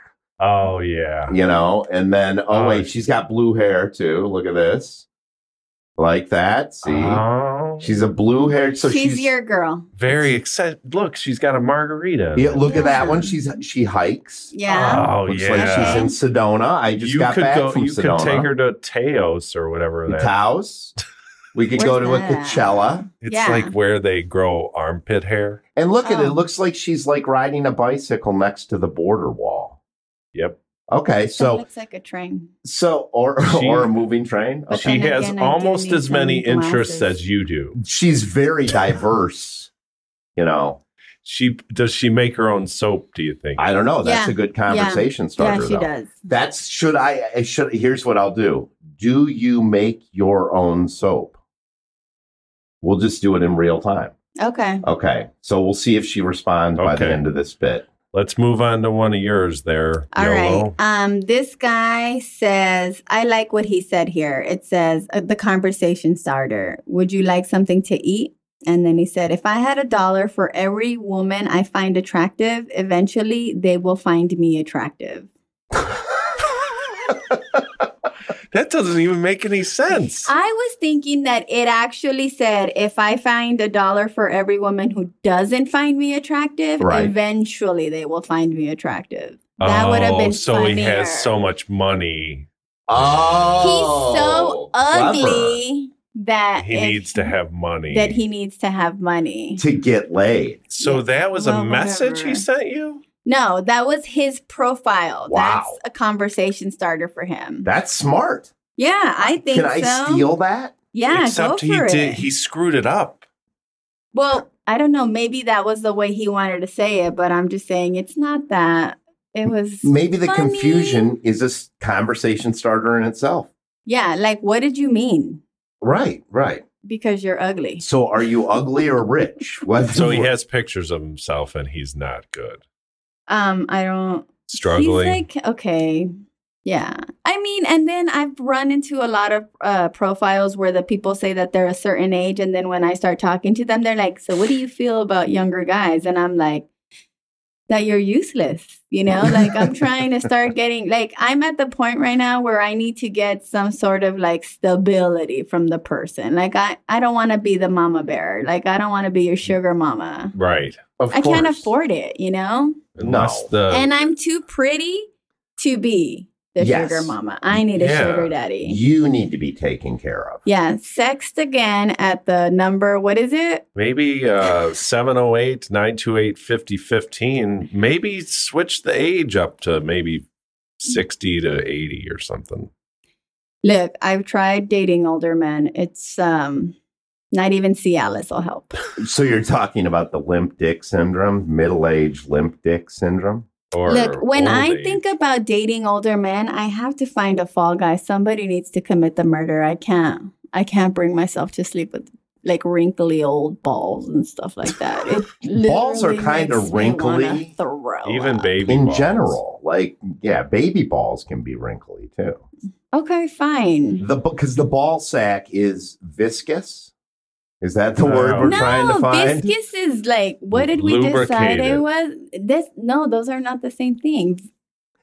Speaker 4: Oh yeah,
Speaker 3: you know, and then oh
Speaker 4: Oh,
Speaker 3: wait, she's got blue hair too. Look at this, like that. See,
Speaker 4: Oh.
Speaker 3: she's a blue haired, so
Speaker 2: she's,
Speaker 3: she's
Speaker 2: your girl.
Speaker 4: very excited. Look, she's got a margarita.
Speaker 3: Yeah, look at that one. She's she hikes.
Speaker 2: Yeah.
Speaker 4: Oh,
Speaker 3: Looks
Speaker 4: yeah.
Speaker 3: like she's in Sedona. I just got
Speaker 4: could
Speaker 3: back from
Speaker 4: You
Speaker 3: Sedona.
Speaker 4: could take her to Taos or whatever. That
Speaker 3: Taos. We could go to a Coachella.
Speaker 4: It's
Speaker 3: Yeah.
Speaker 4: like where they grow armpit hair.
Speaker 3: And look
Speaker 2: Oh.
Speaker 3: at it. It looks like she's like riding a bicycle next to the border wall.
Speaker 4: Yep.
Speaker 3: Okay,
Speaker 2: That
Speaker 3: so
Speaker 2: looks like a train.
Speaker 3: so or
Speaker 4: She-
Speaker 3: or a moving train. Okay.
Speaker 4: She has almost as many interests as you do.
Speaker 3: She's very diverse. You know,
Speaker 4: She does she make her own soap? Do you think?
Speaker 3: I don't know. That's a good conversation starter. though. That's should I I should here's what I'll do. Do you make your own soap? We'll just do it in real time.
Speaker 2: Okay.
Speaker 3: Okay. So we'll see if she responds by the end of this bit.
Speaker 4: Let's move on to one of yours there.
Speaker 2: All right. Um, this guy says, I like what he said here. It says, uh, the conversation starter. Would you like something to eat? And then he said, if I had a dollar for every woman I find attractive, eventually they will find me attractive.
Speaker 4: That doesn't even make any sense.
Speaker 2: I was thinking that it actually said, if I find a dollar for every woman who doesn't find me attractive,
Speaker 4: Right.
Speaker 2: eventually they will find me attractive. That would have been
Speaker 4: Oh, so he
Speaker 2: funnier.
Speaker 4: has so much money.
Speaker 2: He's
Speaker 3: Oh,
Speaker 2: so ugly that
Speaker 4: He
Speaker 2: if-
Speaker 4: needs to have money
Speaker 2: that he needs to have money.
Speaker 3: to get laid.
Speaker 4: So that was
Speaker 2: Well,
Speaker 4: a message he
Speaker 2: whatever.
Speaker 4: sent you.
Speaker 2: No, that was his profile.
Speaker 3: Wow.
Speaker 2: That's a conversation starter for him.
Speaker 3: That's smart.
Speaker 2: Yeah, I think
Speaker 3: Can I
Speaker 2: so.
Speaker 3: steal that?
Speaker 2: Yeah,
Speaker 4: Except
Speaker 2: go
Speaker 4: he
Speaker 2: for it.
Speaker 4: did. He screwed it up.
Speaker 2: Well, I don't know. Maybe that was the way he wanted to say it, but I'm just saying it's not that. It was
Speaker 3: Maybe the
Speaker 2: funny.
Speaker 3: confusion is a s- conversation starter in itself.
Speaker 2: Yeah, like what did you mean?
Speaker 3: Right, right.
Speaker 2: Because you're ugly.
Speaker 3: So are you ugly or rich? What
Speaker 4: So he has pictures of himself, and he's not good.
Speaker 2: Um, I don't.
Speaker 4: Struggling.
Speaker 2: He's like okay, yeah. I mean, and then I've run into a lot of uh, profiles where the people say that they're a certain age, and then when I start talking to them, they're like, "So what do you feel about younger guys?" And I'm like, "That you're useless." You know, like I'm trying to start getting like I'm at the point right now where I need to get some sort of like stability from the person. Like I I don't want to be the mama bear. Like I don't want to be your sugar mama.
Speaker 4: Right.
Speaker 3: Of
Speaker 2: I can't afford it. You know
Speaker 4: Unless
Speaker 3: Oh.
Speaker 4: the
Speaker 2: and I'm too pretty to be the
Speaker 3: Yes.
Speaker 2: sugar mama. I need a
Speaker 3: Yeah.
Speaker 2: sugar daddy.
Speaker 3: You need to be taken care of.
Speaker 2: Yeah, sext again at the number. What is it?
Speaker 4: Maybe uh, 708 928 5015. Maybe switch the age up to maybe 60 to 80 or something.
Speaker 2: Look, I've tried dating older men. It's um, not even Cialis will help.
Speaker 3: So you're talking about the limp dick syndrome, middle age limp dick syndrome? Or
Speaker 2: Look, when I think about dating older men, I have to find a fall guy. Somebody needs to commit the murder. I can't. I can't bring myself to sleep with like wrinkly old balls and stuff like that. It
Speaker 3: balls are
Speaker 2: literally
Speaker 3: kind
Speaker 2: makes
Speaker 3: of
Speaker 2: me wanna
Speaker 3: wrinkly.
Speaker 2: Throw.
Speaker 4: Even baby
Speaker 3: in
Speaker 4: balls.
Speaker 3: general, like yeah, baby balls can be wrinkly too.
Speaker 2: Okay, fine.
Speaker 3: The because the ball sack is viscous. Is that the word
Speaker 4: No.
Speaker 3: we're trying to find?
Speaker 2: viscous is like what did we decide
Speaker 3: Lubricated.
Speaker 2: it was? This no, those are not the same thing.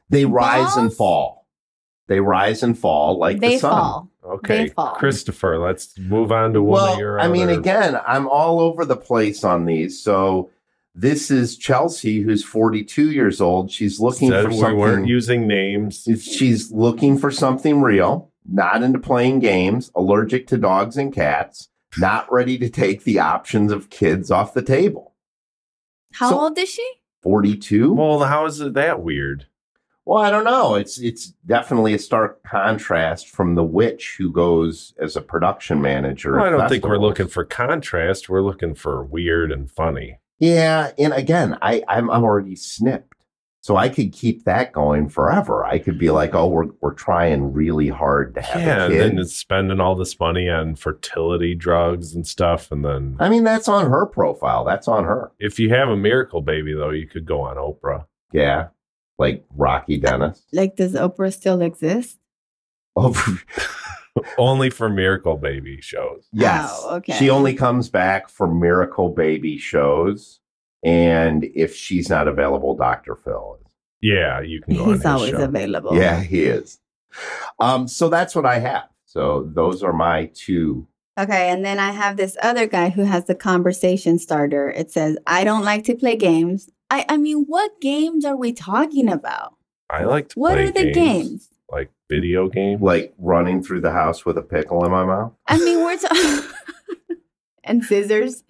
Speaker 3: They rise and fall. They rise and fall like
Speaker 2: They
Speaker 3: the sun.
Speaker 2: fall.
Speaker 4: Okay.
Speaker 2: They fall.
Speaker 4: Christopher, let's move on to one of your.
Speaker 3: Well, I mean,
Speaker 4: other-
Speaker 3: again, I'm all over the place on these. So this is Chelsea, who's 42 years old. She's looking
Speaker 4: Said
Speaker 3: for
Speaker 4: we
Speaker 3: something.
Speaker 4: weren't using names.
Speaker 3: She's looking for something real. Not into playing games. Allergic to dogs and cats. Not ready to take the options of kids off the table.
Speaker 2: How old is she?
Speaker 3: 42.
Speaker 4: Well, how is it that weird?
Speaker 3: Well, I don't know. It's it's definitely a stark contrast from the witch who goes as a production manager.
Speaker 4: Well,
Speaker 3: at
Speaker 4: I don't think we're
Speaker 3: festivals.
Speaker 4: looking for contrast. We're looking for weird and funny.
Speaker 3: Yeah, and again, I I'm, I'm already snipped, so I could keep that going forever. I could be like, oh, we're we're trying really hard to have
Speaker 4: Yeah,
Speaker 3: a
Speaker 4: and
Speaker 3: kid.
Speaker 4: then it's spending all this money on fertility drugs and stuff, and then
Speaker 3: I mean, that's on her profile. That's on her.
Speaker 4: If you have a miracle baby, though, you could go on Oprah.
Speaker 3: Yeah, like Rocky Dennis.
Speaker 2: Like, does Oprah still exist?
Speaker 3: Oh,
Speaker 4: only for miracle baby shows.
Speaker 3: Yes.
Speaker 2: Oh, okay.
Speaker 3: She only comes back for Miracle Baby shows, and if she's not available, Doctor Phil is.
Speaker 4: Yeah, you can go
Speaker 2: He's
Speaker 4: on his
Speaker 2: always
Speaker 4: show.
Speaker 2: available.
Speaker 3: Yeah, he is. Um, so that's what I have. So those are my two.
Speaker 2: Okay, and then I have this other guy who has the conversation starter. It says, "I don't like to play games." I I mean, what games are we talking about?
Speaker 4: I like to
Speaker 2: What
Speaker 4: play
Speaker 2: are the
Speaker 4: games.
Speaker 2: games?
Speaker 4: Like video game?
Speaker 3: Like running through the house with a pickle in my mouth?
Speaker 2: I mean, we're talking and scissors.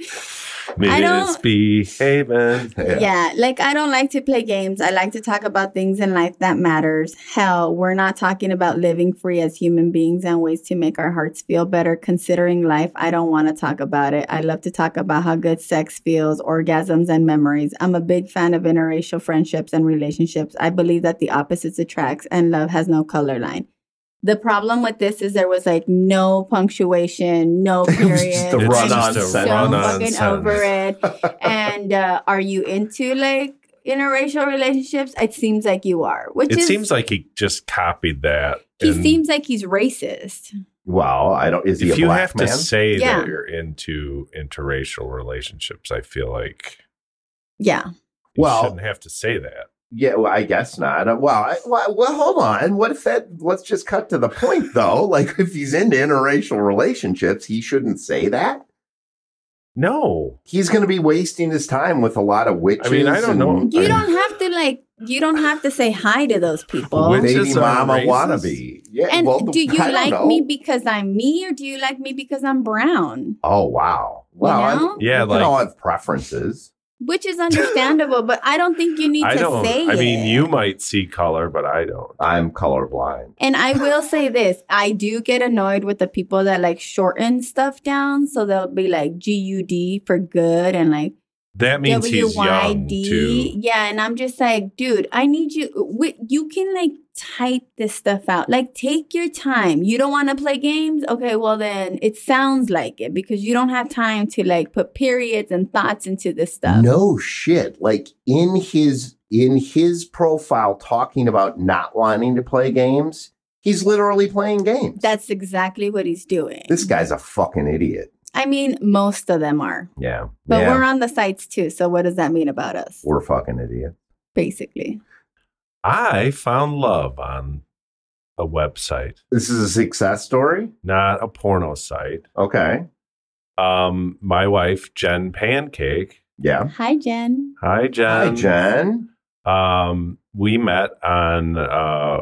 Speaker 2: I don't-
Speaker 4: Misbehaving.
Speaker 2: Yeah. like I don't like to play games. I like to talk about things in life that matters. Hell, we're not talking about living free as human beings and ways to make our hearts feel better. Considering life, I don't want to talk about it. I love to talk about how good sex feels, orgasms, and memories. I'm a big fan of interracial friendships and relationships. I believe that the opposites attracts and love has no color line. The problem with this is there was like no punctuation, no period.
Speaker 3: the
Speaker 4: It's
Speaker 3: run on
Speaker 4: just a
Speaker 3: sentence.
Speaker 4: run on
Speaker 2: fucking
Speaker 4: sentence.
Speaker 2: over it. and uh, are you into like interracial relationships? It seems like you are, which
Speaker 4: it
Speaker 2: is
Speaker 4: seems like he just copied that.
Speaker 2: he
Speaker 4: and
Speaker 2: seems like he's racist.
Speaker 3: Wow, I don't. Is he
Speaker 4: if
Speaker 3: a
Speaker 4: you
Speaker 3: black
Speaker 4: have
Speaker 3: man?
Speaker 4: to say
Speaker 2: Yeah.
Speaker 4: that you're into interracial relationships, I feel like
Speaker 2: Yeah.
Speaker 4: you
Speaker 3: Well-
Speaker 4: shouldn't have to say that.
Speaker 3: yeah, well, I guess not. Uh, Well, I, well, well, hold on. What if that? Let's just cut to the point, though. Like, if he's into interracial relationships, he shouldn't say that.
Speaker 4: No,
Speaker 3: he's going to be wasting his time with a lot of witches.
Speaker 4: I mean, I don't know.
Speaker 3: and-
Speaker 2: You don't have to like you don't have to say hi to those people.
Speaker 4: Witches
Speaker 3: baby
Speaker 4: are
Speaker 3: mama
Speaker 4: racist?
Speaker 3: wannabe. Yeah.
Speaker 2: and
Speaker 3: well,
Speaker 2: do you
Speaker 3: I don't
Speaker 2: like
Speaker 3: know.
Speaker 2: me because I'm me or do you like me because I'm brown?
Speaker 3: Oh wow. Well, I-
Speaker 2: know?
Speaker 4: Yeah,
Speaker 3: we
Speaker 4: like-
Speaker 3: can all have preferences.
Speaker 2: Which is understandable, but I don't think you need
Speaker 4: I
Speaker 2: to
Speaker 4: don't.
Speaker 2: say
Speaker 4: I mean,
Speaker 2: it.
Speaker 4: you might see color, but I don't.
Speaker 3: I'm colorblind.
Speaker 2: And I will say this I do get annoyed with the people that like shorten stuff down. So they'll be like G U D for good and like
Speaker 4: That means he's young too.
Speaker 2: Yeah. And I'm just like, dude, I need you. wi- You can like type this stuff out. Like, take your time. You don't want to play games? Okay. Well, then it sounds like it because you don't have time to like put periods and thoughts into this stuff.
Speaker 3: No shit. Like in his in his profile talking about not wanting to play games, he's literally playing games.
Speaker 2: That's exactly what he's doing.
Speaker 3: This guy's a fucking idiot.
Speaker 2: I mean, most of them are.
Speaker 3: Yeah.
Speaker 2: But
Speaker 3: yeah.
Speaker 2: we're on the sites too. So what does that mean about us?
Speaker 3: we're fucking idiot.
Speaker 2: Basically.
Speaker 4: I found love on a website,
Speaker 3: This is a success story?
Speaker 4: not a porno site.
Speaker 3: Okay.
Speaker 4: Um, my wife, Jen Pancake.
Speaker 3: Yeah.
Speaker 2: Hi, Jen.
Speaker 4: Hi, Jen.
Speaker 3: Hi, Jen.
Speaker 4: Um, we met on uh,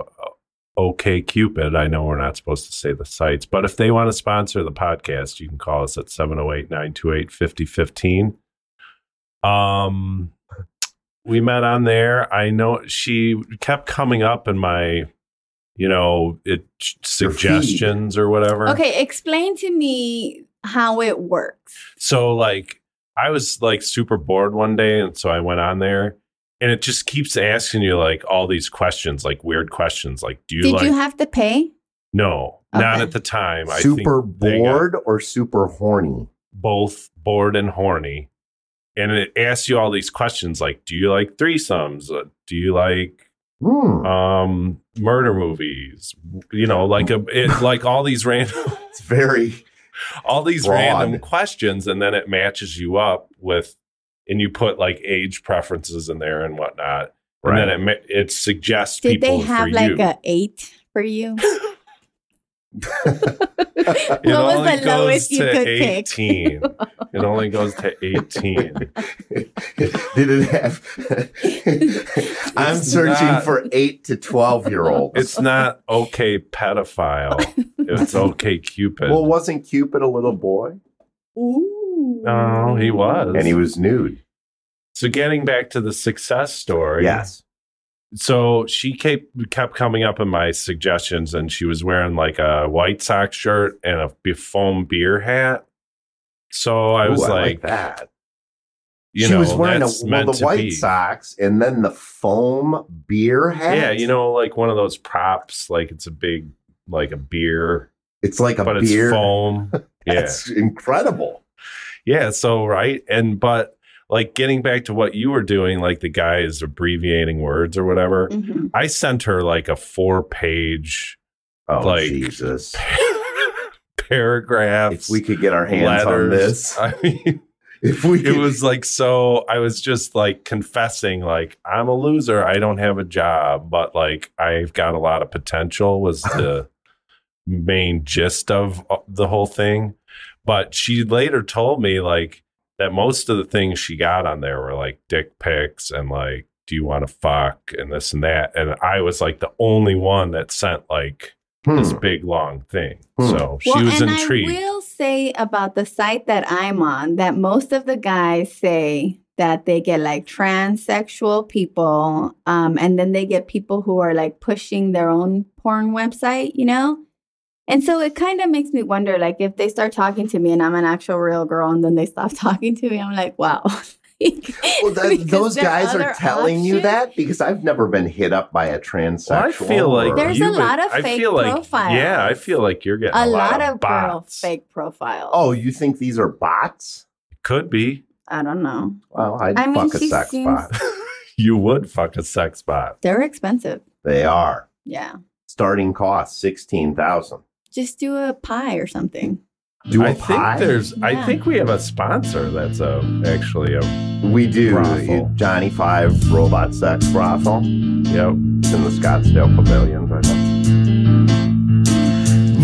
Speaker 4: OK Cupid. I know we're not supposed to say the sites, but if they want to sponsor the podcast, you can call us at 708 928 5015. Um, we met on there. I know she kept coming up in my, you know, it suggestions or whatever.
Speaker 2: Okay, explain to me how it works.
Speaker 4: So like I was like super bored one day and so I went on there and it just keeps asking you like all these questions, like weird questions like do you
Speaker 2: Did
Speaker 4: like
Speaker 2: you have to pay?
Speaker 4: No, not
Speaker 2: Okay.
Speaker 4: at the time.
Speaker 3: super
Speaker 4: they got
Speaker 3: bored or super horny?
Speaker 4: both bored and horny. And it asks you all these questions like do you like threesomes? Uh, Do you like
Speaker 3: Hmm.
Speaker 4: um murder movies? You know, like a it, like all these random
Speaker 3: It's very
Speaker 4: all these
Speaker 3: Broad.
Speaker 4: random questions and then it matches you up with and you put like age preferences in there and whatnot and then
Speaker 3: Right.
Speaker 4: it ma- it suggests
Speaker 2: Did
Speaker 4: people
Speaker 2: they have
Speaker 4: for
Speaker 2: like
Speaker 4: you
Speaker 2: a eight for you? what
Speaker 4: It only
Speaker 2: was the
Speaker 4: goes
Speaker 2: lowest you
Speaker 4: to
Speaker 2: could pick?
Speaker 4: 18. it only goes to 18
Speaker 3: Did it have? I'm searching
Speaker 4: not-
Speaker 3: for eight to twelve year olds.
Speaker 4: it's not okay pedophile it's okay cupid
Speaker 3: well, wasn't Cupid a little boy?
Speaker 2: Ooh.
Speaker 4: no Oh, he was
Speaker 3: And he was nude.
Speaker 4: so getting back to the success story
Speaker 3: Yes.
Speaker 4: so she kept kept coming up in my suggestions, and she was wearing like a White Sox shirt and a be- foam beer hat. So I was
Speaker 3: Ooh,
Speaker 4: like,
Speaker 3: that.
Speaker 4: you
Speaker 3: she
Speaker 4: know,
Speaker 3: was wearing a,
Speaker 4: that's
Speaker 3: well,
Speaker 4: meant
Speaker 3: the
Speaker 4: to
Speaker 3: white
Speaker 4: be.
Speaker 3: socks and then the foam beer hat.
Speaker 4: Yeah, you know, like one of those props, like it's a big, like a beer,
Speaker 3: it's like a
Speaker 4: but
Speaker 3: beer.
Speaker 4: it's foam. yeah,
Speaker 3: That's incredible.
Speaker 4: yeah. So right, and but like getting back to what you were doing, like the guy is abbreviating words or whatever.
Speaker 3: Mm-hmm.
Speaker 2: Mhm.
Speaker 4: I sent her like a four page
Speaker 3: Oh
Speaker 4: Like-
Speaker 3: Jesus!
Speaker 4: paragraph.
Speaker 3: If we could get our hands on this,
Speaker 4: I mean,
Speaker 3: if we
Speaker 4: it
Speaker 3: could,
Speaker 4: was like so. I was just like confessing, like I'm a loser. I don't have a job, but like I've got a lot of potential. Was the main gist of uh, the whole thing. But she later told me like that most of the things she got on there were like dick pics and like, do you want to fuck and this and that. And I was like the only one that sent like
Speaker 3: Hmm.
Speaker 4: this big long thing. So she was
Speaker 2: and
Speaker 4: intrigued.
Speaker 2: I will say about the site that I'm on that most of the guys say that they get like transsexual people, um, and then they get people who are like pushing their own porn website, you know? And so it kind of makes me wonder like, if they start talking to me and I'm an actual real girl and then they stop talking to me, I'm like, wow.
Speaker 3: Well, that,
Speaker 2: Because
Speaker 3: those
Speaker 2: there are
Speaker 3: guys are
Speaker 2: other
Speaker 3: telling you that because I've never been hit up by a transsexual.
Speaker 4: I feel like
Speaker 2: There's
Speaker 4: you
Speaker 2: a
Speaker 4: would-
Speaker 2: lot of
Speaker 4: I
Speaker 2: fake
Speaker 4: feel like,
Speaker 2: profiles.
Speaker 4: Yeah, I feel like you're getting
Speaker 2: A lot of
Speaker 4: bots.
Speaker 2: girl fake profiles.
Speaker 3: Oh, you think these are bots?
Speaker 4: Could be.
Speaker 2: I don't know.
Speaker 3: Well, I'd
Speaker 2: I mean,
Speaker 3: fuck a
Speaker 2: she
Speaker 3: sex
Speaker 2: seems-
Speaker 3: bot.
Speaker 4: you would fuck a sex bot.
Speaker 2: They're expensive.
Speaker 3: They are
Speaker 2: Yeah.
Speaker 3: starting cost sixteen thousand.
Speaker 2: Just do a pie or something.
Speaker 3: Do
Speaker 4: I
Speaker 3: a
Speaker 4: think
Speaker 3: pie?
Speaker 4: there's. I
Speaker 2: Yeah.
Speaker 4: think we have a sponsor that's a actually uh, a.
Speaker 3: We do
Speaker 4: Brothel.
Speaker 3: Johnny Five Robot Sex Brothel.
Speaker 4: Yep,
Speaker 3: it's in the Scottsdale Pavilion. I think.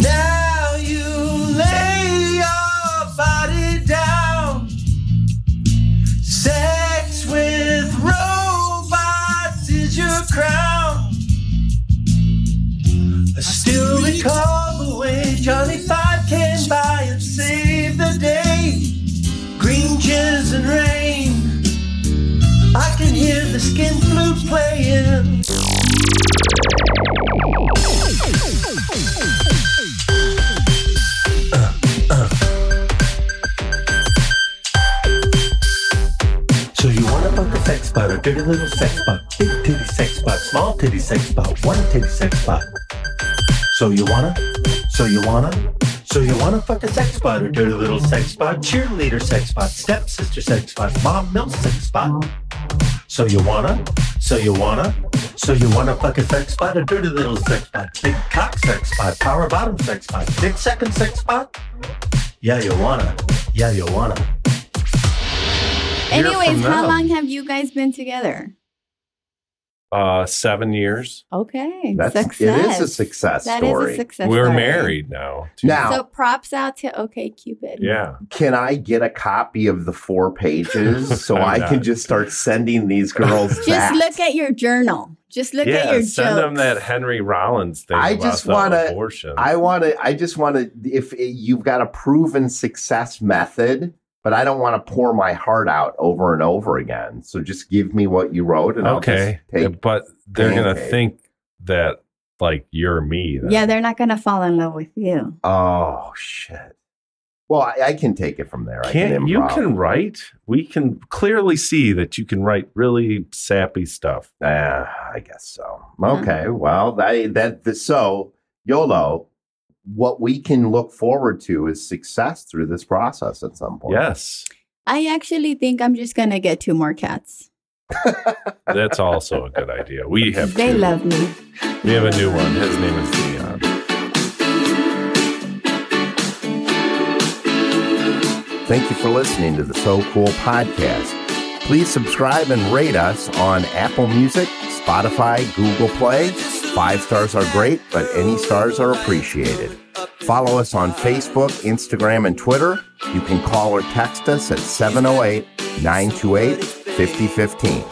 Speaker 13: Now you lay your body down. Sex with robots is your crown. I still recall the way Johnny Five came by and saved the day. Green chills and rain. I can hear the skin flute playing. So you wanna fuck a sex bot, a dirty little sex bot, big titty sex bot, small titty sex bot, one titty sex bot. So you wanna, so you wanna, so you wanna fuck a sex bot, a dirty little sex bot, cheerleader sex bot, stepsister sex bot, mom milk sex bot. So you wanna, so you wanna, so you wanna fuck a sex bot, a dirty little sex bot, big cock sex bot, power bottom sex bot, dick second sex bot. Yeah, you wanna, yeah, you wanna. Hear
Speaker 2: Anyways,
Speaker 4: from
Speaker 2: how
Speaker 4: them.
Speaker 2: long have you guys been together?
Speaker 4: Uh, seven years.
Speaker 2: Okay.
Speaker 4: That's- it
Speaker 2: success.
Speaker 4: is a success
Speaker 2: That is
Speaker 4: story.
Speaker 2: a success
Speaker 4: We're
Speaker 2: story.
Speaker 4: married now.
Speaker 3: Now,
Speaker 2: So props out to OK Cupid.
Speaker 3: Can I get a copy of the four pages so
Speaker 4: I'm
Speaker 3: I can
Speaker 4: not.
Speaker 3: just start sending these girls
Speaker 2: Just
Speaker 3: that?
Speaker 2: look at your journal. Just look at
Speaker 4: yeah,
Speaker 2: your
Speaker 4: send
Speaker 2: joke.
Speaker 4: them that Henry Rollins thing.
Speaker 3: I
Speaker 4: about
Speaker 3: just
Speaker 4: the
Speaker 3: want to.
Speaker 4: abortion.
Speaker 3: I want to. I just want to. If it- you've got a proven success method, but I don't want to pour my heart out over and over again. So just give me what you wrote, and
Speaker 4: okay,
Speaker 3: I'll just take.
Speaker 4: but they're gonna
Speaker 3: pancake.
Speaker 4: think that like you're me. then.
Speaker 2: Yeah, they're not going to fall in love with you.
Speaker 3: Oh shit! Well, I, I can take it from there. I
Speaker 4: Can't
Speaker 3: can
Speaker 4: you
Speaker 3: improv.
Speaker 4: can write? We can clearly see that you can write really sappy stuff.
Speaker 3: Uh, I guess so. Okay, well, I, that the, so YOLO. What we can look forward to is success through this process at some point.
Speaker 4: Yes,
Speaker 2: I actually think I'm just going to get two more cats.
Speaker 4: that's also a good idea. We have
Speaker 2: They
Speaker 4: two.
Speaker 2: love me.
Speaker 4: we have a new one. His name is Leon.
Speaker 3: Thank you for listening to the So Cool podcast. Please subscribe and rate us on Apple Music, Spotify, Google Play. Five stars are great, but any stars are appreciated. Follow us on Facebook, Instagram, and Twitter. You can call or text us at 708 928 5015.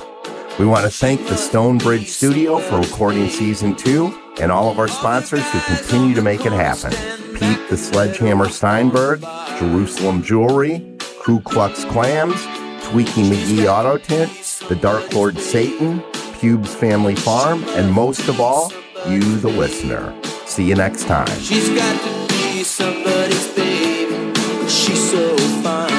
Speaker 3: We want to thank the Stonebridge Studio for recording season two and all of our sponsors who continue to make it happen. Pete the Sledgehammer Steinberg, Jerusalem Jewelry, Ku Klux Clams, Tweaky McGee Auto Tint, The Dark Lord Satan, Pubes Family Farm, and most of all, you, the listener. See you next time.
Speaker 13: She's got to be somebody's babe. She's so fine.